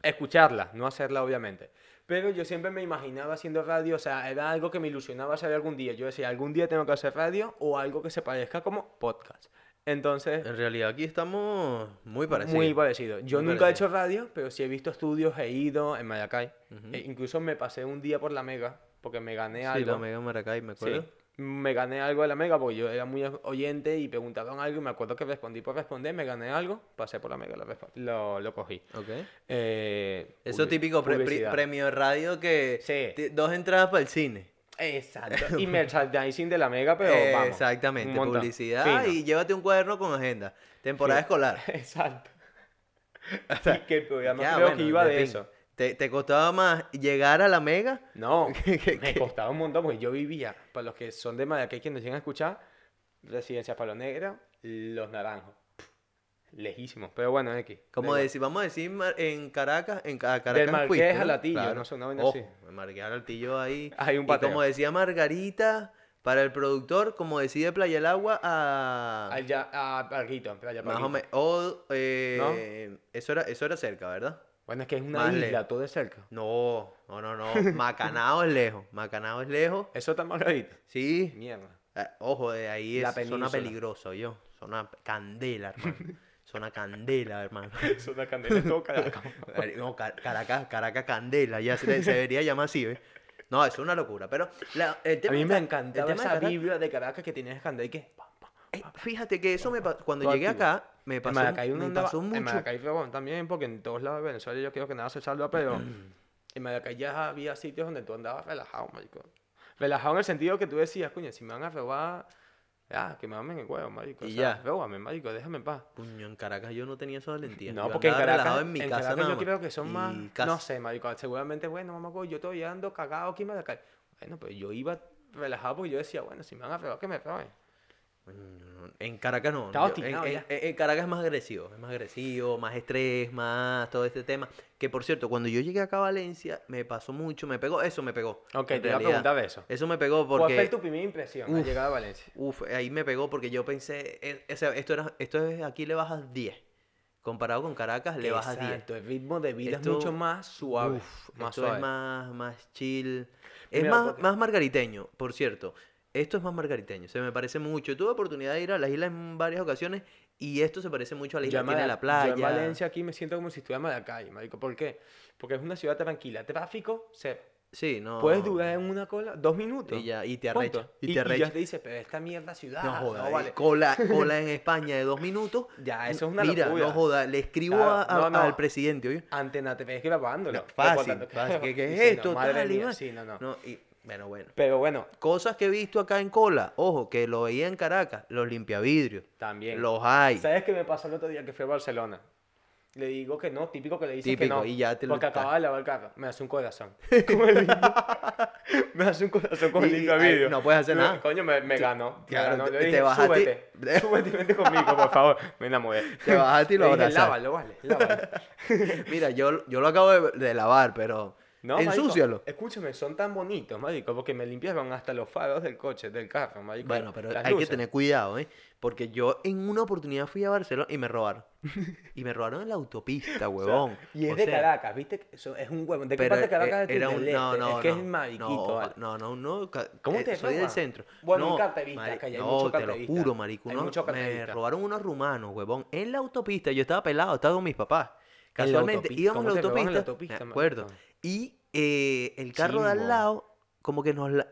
S2: escucharla, no hacerla obviamente. Pero yo siempre me imaginaba haciendo radio, o sea, era algo que me ilusionaba hacer algún día. Yo decía, algún día tengo que hacer radio o algo que se parezca como podcast. Entonces,
S1: En realidad aquí estamos muy parecidos.
S2: muy parecido. Yo
S1: Muy
S2: nunca he
S1: parecido.
S2: hecho radio, pero sí he visto estudios, he ido en Maracay.
S1: Ujú.
S2: E incluso me pasé un día por la Mega, porque me gané
S1: Sí,
S2: algo.
S1: la Mega Maracay, me
S2: Sí,
S1: acuerdo.
S2: Me gané algo de la Mega porque yo era muy oyente y preguntaban algo y me acuerdo que respondí por responder, me gané algo, pasé por la Mega, lo, respon- lo, lo cogí.
S1: Ok.
S2: Eh,
S1: Eso
S2: publi-
S1: típico pre- pri-
S2: publicidad.
S1: premio de radio que
S2: Sí.
S1: te- dos entradas para el cine. Eh,
S2: Exacto. Y merchandising de la Mega, pero vamos.
S1: Exactamente,
S2: un montón.
S1: publicidad
S2: Fino.
S1: y llévate un cuaderno con agenda. Temporada
S2: Fino.
S1: escolar.
S2: Exacto. y que el programa
S1: Ya,
S2: creo que
S1: bueno,
S2: iba
S1: en
S2: de
S1: fin.
S2: eso.
S1: ¿Te, te costaba más llegar a la mega?
S2: No,
S1: ¿Qué- qué-
S2: me
S1: qué?
S2: costaba un montón porque yo vivía, para los que son de Maracay que nos llegan a escuchar, Residencia Palo Negra, Los Naranjos. Lejísimos, pero bueno, X.
S1: Como
S2: da igual.
S1: decir, vamos a decir mar- en Caracas, en Ca- Caracas.
S2: Marqués
S1: fuiste,
S2: a
S1: ¿no?
S2: Latillo, no sé, una vaina
S1: Ojo,
S2: así. Ah,
S1: de Marqués a Latillo ahí.
S2: Hay un
S1: Y
S2: pateo.
S1: como decía Margarita, para el productor, como decía Playa el Agua, a.
S2: Al ya, a Parquito, Playa
S1: más o
S2: Parquito.
S1: menos. o, eh, eso, era, eso era cerca, ¿verdad?
S2: Bueno, es que es una
S1: Más
S2: isla,
S1: lejos.
S2: todo es cerca.
S1: No, no, no, no. Macanao es lejos. Macanao es lejos.
S2: Eso está margarita.
S1: Sí.
S2: Mierda.
S1: Ah, Ojo, de ahí es
S2: La
S1: zona
S2: península.
S1: peligrosa, yo. Zona candela, hermano. zona candela, hermano.
S2: Es una candela en todo Caracas.
S1: No, Ca- Caracas, Caracas Candela, ya se, se debería llamar así, ¿ves? No, es una locura, pero la- el
S2: A
S1: tema
S2: mí
S1: de
S2: me
S1: Ca- el tema
S2: encantaba
S1: de
S2: esa
S1: Caracas-
S2: Biblia de Caracas que tenía Escandal y que... pam, pam.
S1: Ey, Fíjate que eso me pa- cuando
S2: Todo
S1: llegué
S2: activo.
S1: acá me
S2: En
S1: pasó,
S2: Maracay uno
S1: me
S2: andaba-
S1: pasó
S2: En
S1: mucho.
S2: Maracay fue bueno también, porque en todos lados de Venezuela yo creo que nada se salva, pero en Maracay ya había sitios donde tú andabas relajado, marico. Relajado en el sentido que tú decías, coño, si me van a robar, ya, que me mamen el huevo, marico.
S1: Y
S2: o sea,
S1: ya.
S2: róbame, marico, déjame en paz.
S1: Coño, en Caracas yo no tenía esa valentía.
S2: No,
S1: yo
S2: porque en
S1: andaba relajado
S2: Caracas,
S1: en mi
S2: en
S1: casa
S2: Caracas
S1: nada
S2: yo
S1: más.
S2: creo que son
S1: Y
S2: más,
S1: casa.
S2: no sé, marico, seguramente, bueno, mamá, coño, yo todavía ando pues, cagado aquí en Maracay. Bueno, pero yo iba relajado porque yo decía, bueno, si me van a robar, que me roben.
S1: Mm, En Caracas no.
S2: Estaba
S1: yo- en,
S2: obstinado
S1: en-
S2: ya.
S1: en- en Caracas es más agresivo, es más agresivo, más estrés, más todo este tema. Que por cierto, cuando yo llegué acá a Valencia, me pasó mucho, me pegó, eso me pegó.
S2: Ok,
S1: en
S2: te iba a
S1: realidad.
S2: preguntar de eso.
S1: Eso me pegó
S2: ¿Cuál fue
S1: porque...
S2: tu primera impresión al
S1: Uf.
S2: llegar a Valencia?
S1: Uf, ahí me pegó porque yo pensé, eh, o sea, esto, era, esto es, aquí le bajas 10. Comparado con Caracas, le bajas 10.
S2: Exacto, el ritmo de vida
S1: Esto-
S2: es mucho más suave.
S1: Uf,
S2: más
S1: esto
S2: suave.
S1: es más, más chill. Es
S2: Mira,
S1: más,
S2: porque-
S1: más margariteño, por cierto. Esto es más margariteño, se me parece mucho. Tuve oportunidad de ir a las islas en varias ocasiones y esto se parece mucho a la
S2: Yo
S1: isla
S2: en
S1: que tiene
S2: Mala-
S1: la playa.
S2: Yo en Valencia aquí me siento como si estuviera en Maracay, marico. ¿Por qué? Porque es una ciudad tranquila. Tráfico, cero.
S1: Sí, no.
S2: Puedes durar en una cola dos minutos.
S1: Y ya, y te
S2: Punto.
S1: arrecha.
S2: Y,
S1: Y
S2: y
S1: te arrecha.
S2: ya te dice, pero esta mierda ciudad.
S1: No joda, eh,
S2: vale.
S1: cola, cola en España de dos minutos.
S2: Ya, eso es una
S1: Mira,
S2: locura.
S1: no joda, le escribo
S2: Claro,
S1: a- a-
S2: no, no.
S1: al presidente, oye.
S2: Ante nada, te ves grabándolo.
S1: No, fácil,
S2: Recordando que-
S1: fácil. ¿Qué, qué es
S2: Sí, no,
S1: esto?
S2: madre
S1: tal y
S2: mía,
S1: más?
S2: sí, no, no.
S1: No, y, bueno, bueno.
S2: Pero bueno,
S1: Cosas que he visto acá en cola, ojo, que lo veía en Caracas, los limpiavidrios.
S2: también.
S1: Los hay.
S2: ¿Sabes qué me pasó el otro día que fui a Barcelona? Le digo que no, típico que le dices
S1: Típico,
S2: que no.
S1: y ya te lo
S2: Porque
S1: está-
S2: acababa de lavar el carro. Me hace un corazón. Con el limpio- me hace un corazón con el
S1: Y- y-
S2: limpio vidrio.
S1: ay, no puedes hacer
S2: Me-
S1: nada.
S2: Coño, me, me ganó. me
S1: claro,
S2: ganó.
S1: te-
S2: Le
S1: te
S2: dije,
S1: bajaste-
S2: súbete. Súbete y vente conmigo, por favor. Me enamoré.
S1: Te bajaste y lo
S2: Le dije,
S1: abrazaste.
S2: Lávalo, vale, lávalo.
S1: Mira, yo, yo lo acabo de, de lavar, pero
S2: No, marico,
S1: ensúcialo.
S2: escúchame, son tan bonitos, marico, porque me limpiaron hasta los faros del coche, del carro, marico.
S1: Bueno, pero
S2: las
S1: hay que
S2: luces.
S1: tener cuidado, ¿eh? Porque yo en una oportunidad fui a Barcelona y me robaron. y me robaron en la autopista,
S2: O sea,
S1: huevón.
S2: y es
S1: O
S2: de
S1: sea,
S2: Caracas, ¿viste? Que eso es un huevo. ¿De qué
S1: pero
S2: parte de Caracas es
S1: eh, era un- no, no,
S2: este? es que
S1: no,
S2: es mariquito,
S1: no,
S2: vale.
S1: no, no, no, ca-
S2: ¿Cómo
S1: eh,
S2: te
S1: soy del
S2: roban?
S1: centro.
S2: Bueno, un
S1: no,
S2: carterista,
S1: mari-
S2: que allá hay
S1: no,
S2: mucho
S1: te lo
S2: carterista.
S1: juro, marico,
S2: Hay
S1: unos-
S2: mucho
S1: me
S2: carterista.
S1: robaron unos rumanos, huevón, en la autopista, yo estaba pelado, estaba con mis papás.
S2: la
S1: Casualmente
S2: autopista?
S1: íbamos en la
S2: ¿Cómo te roban
S1: autopista,
S2: en la autopista,
S1: me acuerdo.
S2: marico?
S1: Y eh, el carro de al
S2: Chimbo.
S1: lado como que nos la-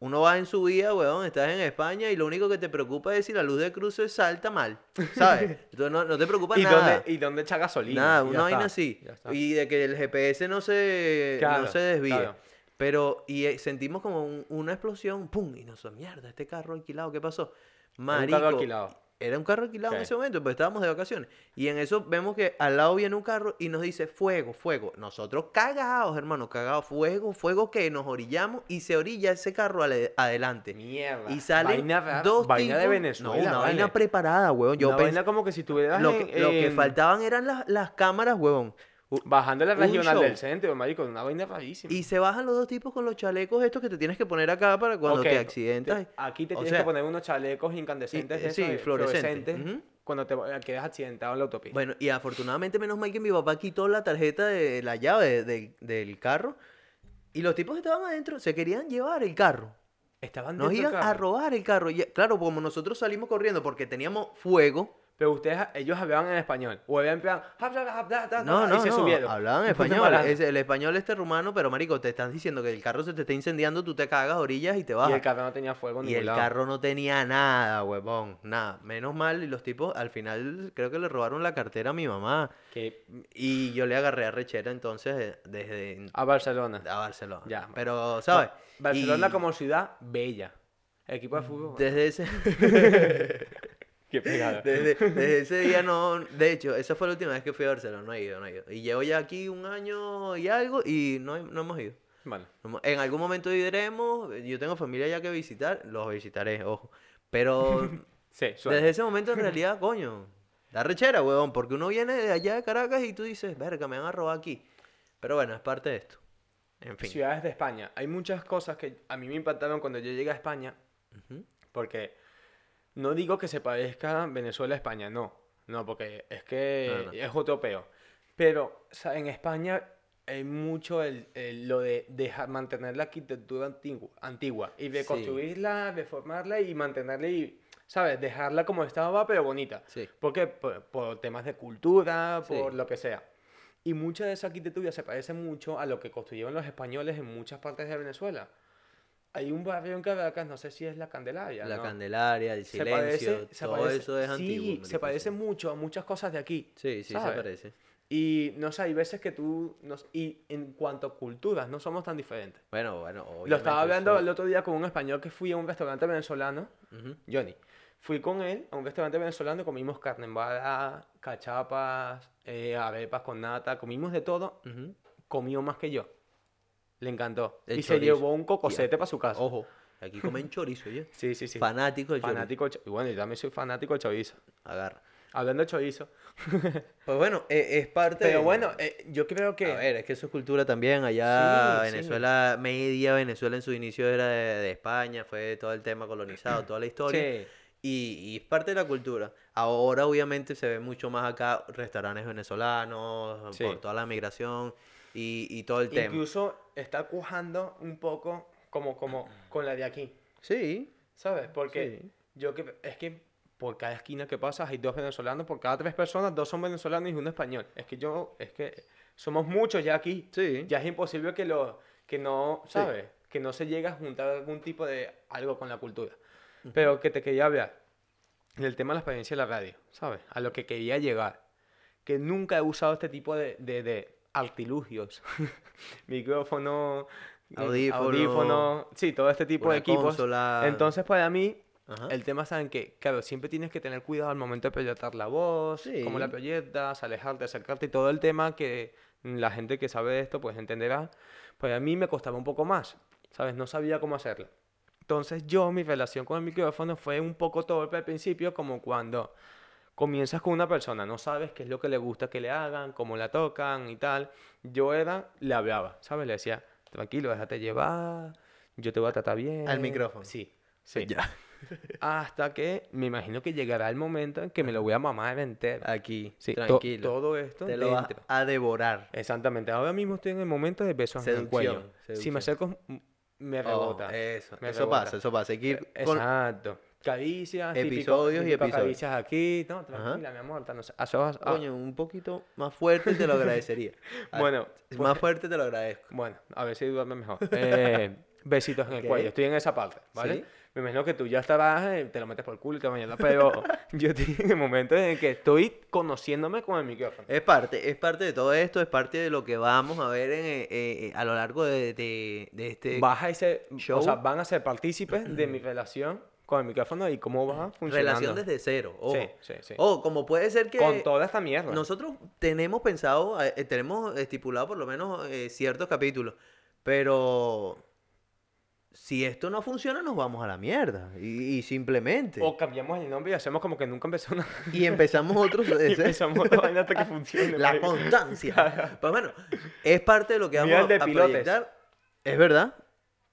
S1: uno va en su vida, huevón, estás en España y lo único que te preocupa es si la luz de cruce salta mal, ¿sabes? Entonces no, no te preocupa
S2: ¿Y
S1: nada.
S2: dónde, y dónde echa gasolina?
S1: Nada,
S2: Y ya
S1: una vaina
S2: está,
S1: así.
S2: ya está.
S1: Y de que el GPS no se,
S2: Claro,
S1: no se desvía.
S2: claro.
S1: Pero, y eh, sentimos como un- una explosión, ¡pum! Y nosotros, mierda, este carro alquilado, ¿qué pasó?
S2: Era un
S1: Marico.
S2: carro alquilado.
S1: Era un carro alquilado
S2: Ok.
S1: en ese momento, pues estábamos de vacaciones. Y en eso vemos que al lado viene un carro y nos dice, fuego, fuego. Nosotros cagados, hermano, cagados, fuego, fuego, que nos orillamos y se orilla ese carro ale- adelante.
S2: Mierda.
S1: Y salen
S2: vaina,
S1: dos
S2: vaina de
S1: tipos-
S2: Venezuela.
S1: No, una
S2: vale.
S1: vaina preparada, weón. Yo
S2: Una
S1: pensé,
S2: vaina como que si tuvieras
S1: lo que,
S2: en-
S1: lo que
S2: en-
S1: faltaban eran las, las cámaras, huevón. U-
S2: Bajando la
S1: un
S2: regional
S1: show.
S2: del centro, marico, una vaina rarísima.
S1: Y se bajan los dos tipos con los chalecos estos que te tienes que poner acá para cuando
S2: Ok,
S1: te accidentas.
S2: Aquí te
S1: o
S2: tienes
S1: sea,
S2: que poner unos chalecos incandescentes.
S1: y-
S2: de
S1: sí,
S2: esos, eh,
S1: fluorescentes, ujú.
S2: Cuando te va- quedas accidentado en la autopista.
S1: Bueno, y afortunadamente, menos mal que mi papá quitó la tarjeta de la llave de- del- del carro. Y los tipos estaban adentro, se querían llevar el carro.
S2: Estaban
S1: Nos
S2: dentro del
S1: iban a
S2: carro.
S1: robar el carro. Y, claro, como nosotros salimos corriendo porque teníamos fuego.
S2: Pero ustedes, ellos hablaban en español. O habían en plan, "Hab, hab, hab, da, da,
S1: No,
S2: da",
S1: no,
S2: y Ah, se
S1: no,
S2: subieron.
S1: hablaban
S2: Una
S1: español.
S2: malandra.
S1: Es- el español este rumano, pero marico, te están diciendo que el carro se te está incendiando, tú te cagas orillas y te bajas.
S2: Y el carro no tenía fuego en
S1: Y
S2: ningún
S1: el
S2: lado.
S1: carro no tenía nada, huevón, nada. Menos mal, y los tipos al final creo que le robaron la cartera a mi mamá.
S2: Que,
S1: Y yo le agarré a Rechera entonces eh, desde
S2: a Barcelona.
S1: a Barcelona.
S2: Ya, bueno.
S1: Pero, ¿sabes?
S2: Barcelona
S1: Y
S2: como ciudad bella. Equipo de fútbol.
S1: Desde ese,
S2: Qué pegada.
S1: desde, desde ese día no... De hecho, esa fue la última vez que fui a Barcelona, no he ido, no he ido. Y llevo ya aquí un año y algo y no, he- no hemos ido.
S2: Bueno,
S1: No hemos- En algún momento iremos, yo tengo familia ya que visitar, los visitaré, ojo. Pero
S2: sí, suena.
S1: Desde ese momento, en realidad, coño, da rechera, huevón, porque uno viene de allá de Caracas y tú dices, verga, me van a robar aquí. Pero bueno, es parte de esto. En fin.
S2: Ciudades de España. Hay muchas cosas que a mí me impactaron cuando yo llegué a España.
S1: Ujú.
S2: Porque no digo que se parezca Venezuela a España, no. No, porque es que
S1: No, no.
S2: es otro peo. Pero o sea, en España hay mucho el, el- lo de dejar, mantener la arquitectura antigua, antigua y de
S1: Sí.
S2: construirla, reformarla y mantenerla y, ¿sabes? Dejarla como estaba, pero bonita.
S1: Sí.
S2: Porque por, por temas de cultura,
S1: Sí.
S2: por lo que sea. Y mucha de esa arquitectura se parece mucho a lo que construyeron los españoles en muchas partes de Venezuela. Hay un barrio en Caracas, no sé si es la Candelaria.
S1: La
S2: ¿no?
S1: Candelaria, el
S2: Se
S1: silencio,
S2: parece- se
S1: todo
S2: parece-
S1: eso es
S2: sí,
S1: antiguo.
S2: se
S1: marico,
S2: parece
S1: sí.
S2: mucho a muchas cosas de aquí.
S1: Sí, sí,
S2: ¿sabes?
S1: se parece.
S2: Y no sé, hay veces que tú. nos- y en cuanto a culturas, no somos tan diferentes.
S1: Bueno, bueno,
S2: Lo estaba
S1: obviamente
S2: hablando el
S1: eso-
S2: otro día con un español que fui a un restaurante venezolano,
S1: Ujú.
S2: Johnny. Fui con él a un restaurante venezolano, comimos carne en bala, cachapas, eh, arepas con nata, comimos de todo.
S1: Ujú.
S2: Comió más que yo. Le encantó.
S1: El
S2: y se
S1: chorizo.
S2: llevó un cocosete para su casa.
S1: Ojo, Aquí comen chorizo, ¿ya?
S2: Sí, sí, sí.
S1: Fanático del chorizo.
S2: fanático. del cho- Y bueno, yo también soy fanático del chorizo.
S1: Agarra.
S2: Hablando de chorizo.
S1: Pues bueno, e- es parte.
S2: Pero
S1: de-
S2: bueno, eh, yo creo que.
S1: A ver, es que eso es cultura también. Allá
S2: Sí, sí.
S1: Venezuela, media Venezuela en su inicio era de, de España, fue todo el tema colonizado, toda la historia.
S2: Sí.
S1: Y, y es parte de la cultura. Ahora, obviamente, se ve mucho más acá restaurantes venezolanos,
S2: Sí.
S1: por toda la migración y, y todo el tema.
S2: Incluso está cujando un poco como, como con la de aquí.
S1: Sí,
S2: ¿Sabes? Porque yo que es que por cada esquina que pasas hay dos venezolanos, por cada tres personas dos son venezolanos y uno español. Es que yo es que somos muchos ya aquí.
S1: sí.
S2: Ya es imposible que lo que no,
S1: Sí.
S2: ¿sabes? Que no se llegue a juntar algún tipo de algo con la cultura. Pero que te quería hablar del tema de la experiencia de la radio, ¿sabes? A lo que quería llegar. Que nunca he usado este tipo de, de, de artilugios. Micrófono, eh,
S1: Audífono.
S2: audífono, sí, todo este tipo
S1: Una
S2: de equipos.
S1: consola.
S2: Entonces, para mí,
S1: Ajá.
S2: el tema, ¿saben que Claro, siempre tienes que tener cuidado al momento de proyectar la voz, cómo la
S1: Sí.
S2: proyectas, alejarte, acercarte y todo el tema que la gente que sabe de esto pues entenderá. Pues a mí me costaba un poco más, ¿sabes? No sabía cómo hacerlo. Entonces yo, mi relación con el micrófono fue un poco torpe al principio, como cuando comienzas con una persona, no sabes qué es lo que le gusta que le hagan, cómo la tocan y tal. Yo era, le hablaba, ¿sabes? Le decía, tranquilo, déjate llevar, yo te voy a tratar bien.
S1: micrófono.
S2: Sí, sí. Hasta que me imagino que llegará el momento en que me lo voy a mamar entero.
S1: Aquí,
S2: Sí, to-
S1: tranquilo.
S2: todo esto
S1: Te lo vas
S2: dentro.
S1: a devorar.
S2: Exactamente. Ahora mismo estoy en el momento de besos en el cuello.
S1: Seducción,
S2: Si me acerco, m- me rebota.
S1: Oh, eso,
S2: me
S1: eso
S2: rebota. Eh,
S1: pasa, eso pasa. Hay que ir con-
S2: Exacto. Caricias, típico-
S1: Episodios y
S2: típico
S1: episodios.
S2: Caricias aquí, no, tranquila, mi amor. tal, no sé. Ah, sos- ah,
S1: Coño, un poquito más fuerte te lo agradecería. Ah,
S2: Bueno, pues
S1: más fuerte te lo agradezco.
S2: Bueno, a ver si duerme mejor. Eh, besitos en el
S1: Ok.
S2: cuello. Estoy en esa parte, ¿vale?
S1: Sí.
S2: Me imagino que tú ya estarás, eh, te lo metes por el culo y te bañas, pero yo estoy en el momento en el que estoy conociéndome con el micrófono.
S1: Es parte, es parte de todo esto, es parte de lo que vamos a ver en, eh, eh, a lo largo de, de- de este
S2: Vas a ser, o
S1: show.
S2: sea, van a ser partícipes de mi relación con el micrófono y cómo va funcionando.
S1: relación desde cero. Ojo.
S2: Sí, sí, sí.
S1: O como puede ser que
S2: Con toda esta mierda.
S1: nosotros tenemos pensado, eh, eh, tenemos estipulado por lo menos eh, ciertos capítulos, pero si esto no funciona nos vamos a la mierda y, y simplemente
S2: O cambiamos el nombre y hacemos como que nunca empezó nada.
S1: y empezamos otros
S2: y
S1: ese-
S2: empezamos otra vaina hasta que funcione.
S1: La
S2: marico.
S1: constancia. pues bueno, es parte de lo que vamos
S2: Mira el
S1: a,
S2: de
S1: a
S2: pilotes.
S1: proyectar. Es verdad.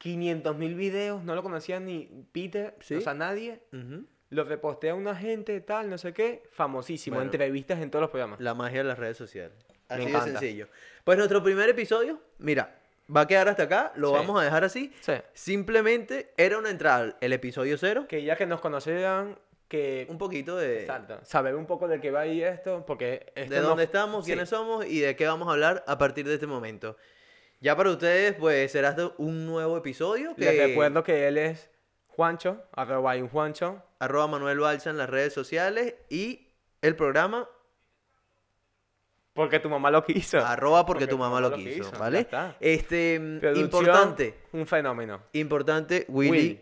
S2: 500.000 videos, no lo conocía ni Peter,
S1: Sí.
S2: o sea, nadie.
S1: Ujú.
S2: Lo repostea una gente, tal, no sé qué. Famosísimo.
S1: Bueno.
S2: Entrevistas en todos los programas.
S1: La magia de las redes sociales.
S2: Me
S1: Así de
S2: encanta.
S1: sencillo. Pues nuestro primer episodio, mira, va a quedar hasta acá, lo
S2: Sí.
S1: vamos a dejar así.
S2: Sí.
S1: Simplemente era una entrada, el episodio cero,
S2: Que ya que nos conocieran, que.
S1: un poquito de,
S2: Exacto. Saber un poco del que va y esto, porque. Esto
S1: de
S2: no-
S1: dónde estamos,
S2: sí.
S1: quiénes somos y de qué vamos a hablar a partir de este momento. Ya para ustedes, pues será hasta un nuevo episodio que
S2: Les recuerdo que él es Juancho, arroba y Juancho.
S1: arroba Manuel Balsa en las redes sociales y el programa
S2: Porque tu mamá lo quiso.
S1: Arroba porque tu mamá lo quiso,
S2: ya
S1: ¿vale?
S2: está.
S1: Este, mm,
S2: Producción,
S1: importante,
S2: Un fenómeno.
S1: importante, Willy,
S2: Will,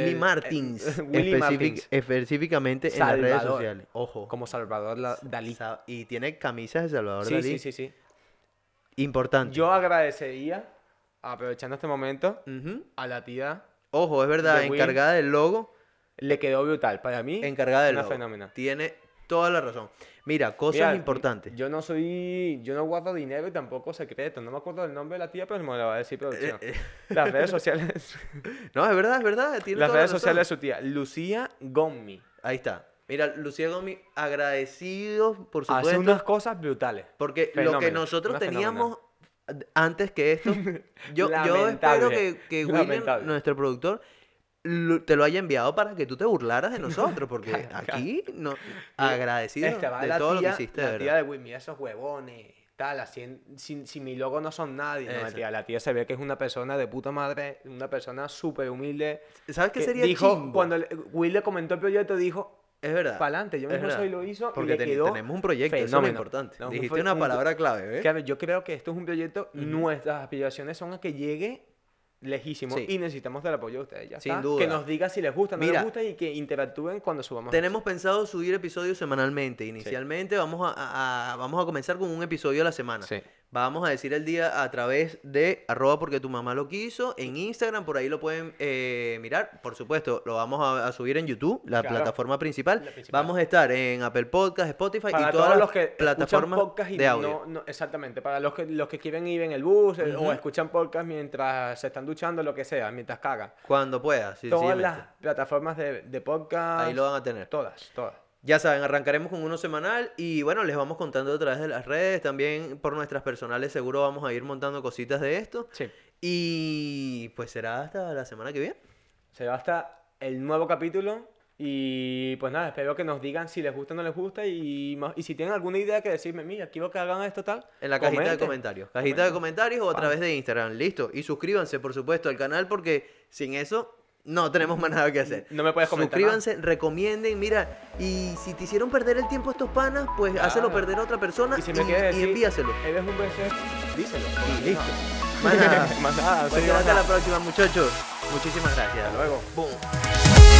S1: Willy
S2: el-
S1: Martins,
S2: el- eh, Willy
S1: especific-
S2: Martins.
S1: específicamente en las redes
S2: Salvador.
S1: sociales. Ojo.
S2: Como Salvador la- Dalí.
S1: Sa- Y tiene camisas de Salvador
S2: Sí,
S1: Dalí.
S2: sí, sí, sí.
S1: Importante.
S2: Yo agradecería, aprovechando este momento,
S1: Ujú.
S2: a la tía.
S1: Ojo, es verdad,
S2: De Will.
S1: encargada del logo,
S2: Le quedó brutal. Para mí,
S1: encargada del
S2: una
S1: logo.
S2: fenómena.
S1: Tiene toda la razón. Mira, cosas
S2: Mira,
S1: importantes.
S2: Yo no soy. Yo no guardo dinero y tampoco secreto. No me acuerdo del nombre de la tía, pero me lo va a decir producción.
S1: eh.
S2: Las redes sociales.
S1: No, es verdad, es verdad. Tiene
S2: las
S1: toda la
S2: redes
S1: razón.
S2: sociales de su tía. Lucía Gommi.
S1: Ahí está. Mira, Lucía Gomi, agradecidos, por supuesto.
S2: Hace unas cosas brutales.
S1: Porque lo que
S2: Fenómeno,
S1: nosotros
S2: una
S1: teníamos antes que esto, yo, yo espero
S2: Lamentable,
S1: que, que William,
S2: lamentable.
S1: nuestro productor, lo- te lo haya enviado para que tú te burlaras de nosotros, porque aquí no agradecido
S2: Estaba
S1: de
S2: este la
S1: todo lo que
S2: tía-
S1: hiciste, de
S2: La tía
S1: verdad.
S2: de Will, mira esos huevones. Tal, así en- sin, sin mi logo no son nadie. No,
S1: Esa.
S2: mentira, la tía se ve que es una persona de puta madre, una persona súper humilde.
S1: ¿Sabes qué
S2: que
S1: sería
S2: dijo,
S1: chimbo?
S2: Cuando le- Will le comentó el proyecto, dijo,
S1: Es verdad.
S2: para adelante. Yo
S1: es
S2: mismo
S1: verdad.
S2: soy lo hizo
S1: Porque
S2: y le
S1: ten-
S2: quedó
S1: tenemos un proyecto, eso es lo
S2: fenómeno.
S1: importante.
S2: No, un
S1: Dijiste
S2: pro-
S1: una
S2: un-
S1: palabra clave, ¿eh?
S2: Claro, yo creo que esto es un proyecto, nuestras aspiraciones son a que llegue lejísimo
S1: Sí.
S2: y necesitamos del apoyo de ustedes. ya
S1: Sin
S2: está.
S1: duda.
S2: Que nos digan si les gusta, no
S1: Mira.
S2: les gusta y que interactúen cuando subamos.
S1: Tenemos pensado subir episodios semanalmente. Inicialmente vamos, a, a- a- vamos a comenzar con un episodio a la semana.
S2: Sí.
S1: Vamos a decir el día a través de arroba porque tu mamá lo quiso en Instagram, por ahí lo pueden eh, mirar. Por supuesto, lo vamos a, a subir en YouTube, la
S2: Claro.
S1: plataforma principal.
S2: La principal.
S1: Vamos a estar en Apple Podcast, Spotify
S2: Para
S1: pues, y todas
S2: todos
S1: las
S2: los que escuchan
S1: plataformas
S2: podcast y
S1: de audio.
S2: No, no- exactamente, para los que, los que quieren ir en el bus eh,
S1: Ujú.
S2: o escuchan podcast mientras se están duchando, lo que sea, mientras cagan.
S1: Cuando puedas, sí,
S2: todas
S1: sí,
S2: las
S1: vente.
S2: plataformas de, de podcast.
S1: ahí lo van a tener.
S2: Todas, todas.
S1: Ya saben, arrancaremos con uno semanal y bueno, les vamos contando a través de las redes, también por nuestras personales seguro vamos a ir montando cositas de esto.
S2: Sí.
S1: Y pues será hasta la semana que viene.
S2: Se va hasta el nuevo capítulo. Y pues nada, espero que nos digan si les gusta o no les gusta. Y, ma- y si tienen alguna idea que decirme, mira, quiero que hagan esto tal.
S1: En la cajita de
S2: comenten.
S1: comentarios. Cajita de comentarios o a través de Instagram. Listo. Y suscríbanse, por supuesto, al canal porque sin eso no tenemos más nada que hacer.
S2: No me puedes comentar
S1: Suscríbanse, recomienden, mira. Y si te hicieron perder el tiempo estos panas, pues hácelo perder a otra persona y,
S2: Y si me quieres
S1: y
S2: decir,
S1: envíaselo.
S2: Eres un buen ser, díselo.
S1: Y listo. Pues Más nada.
S2: Más nada. Más nada, no
S1: Bueno,
S2: sé qué más
S1: hasta
S2: nada.
S1: la próxima, muchachos. Muchísimas gracias.
S2: Hasta luego.
S1: Boom.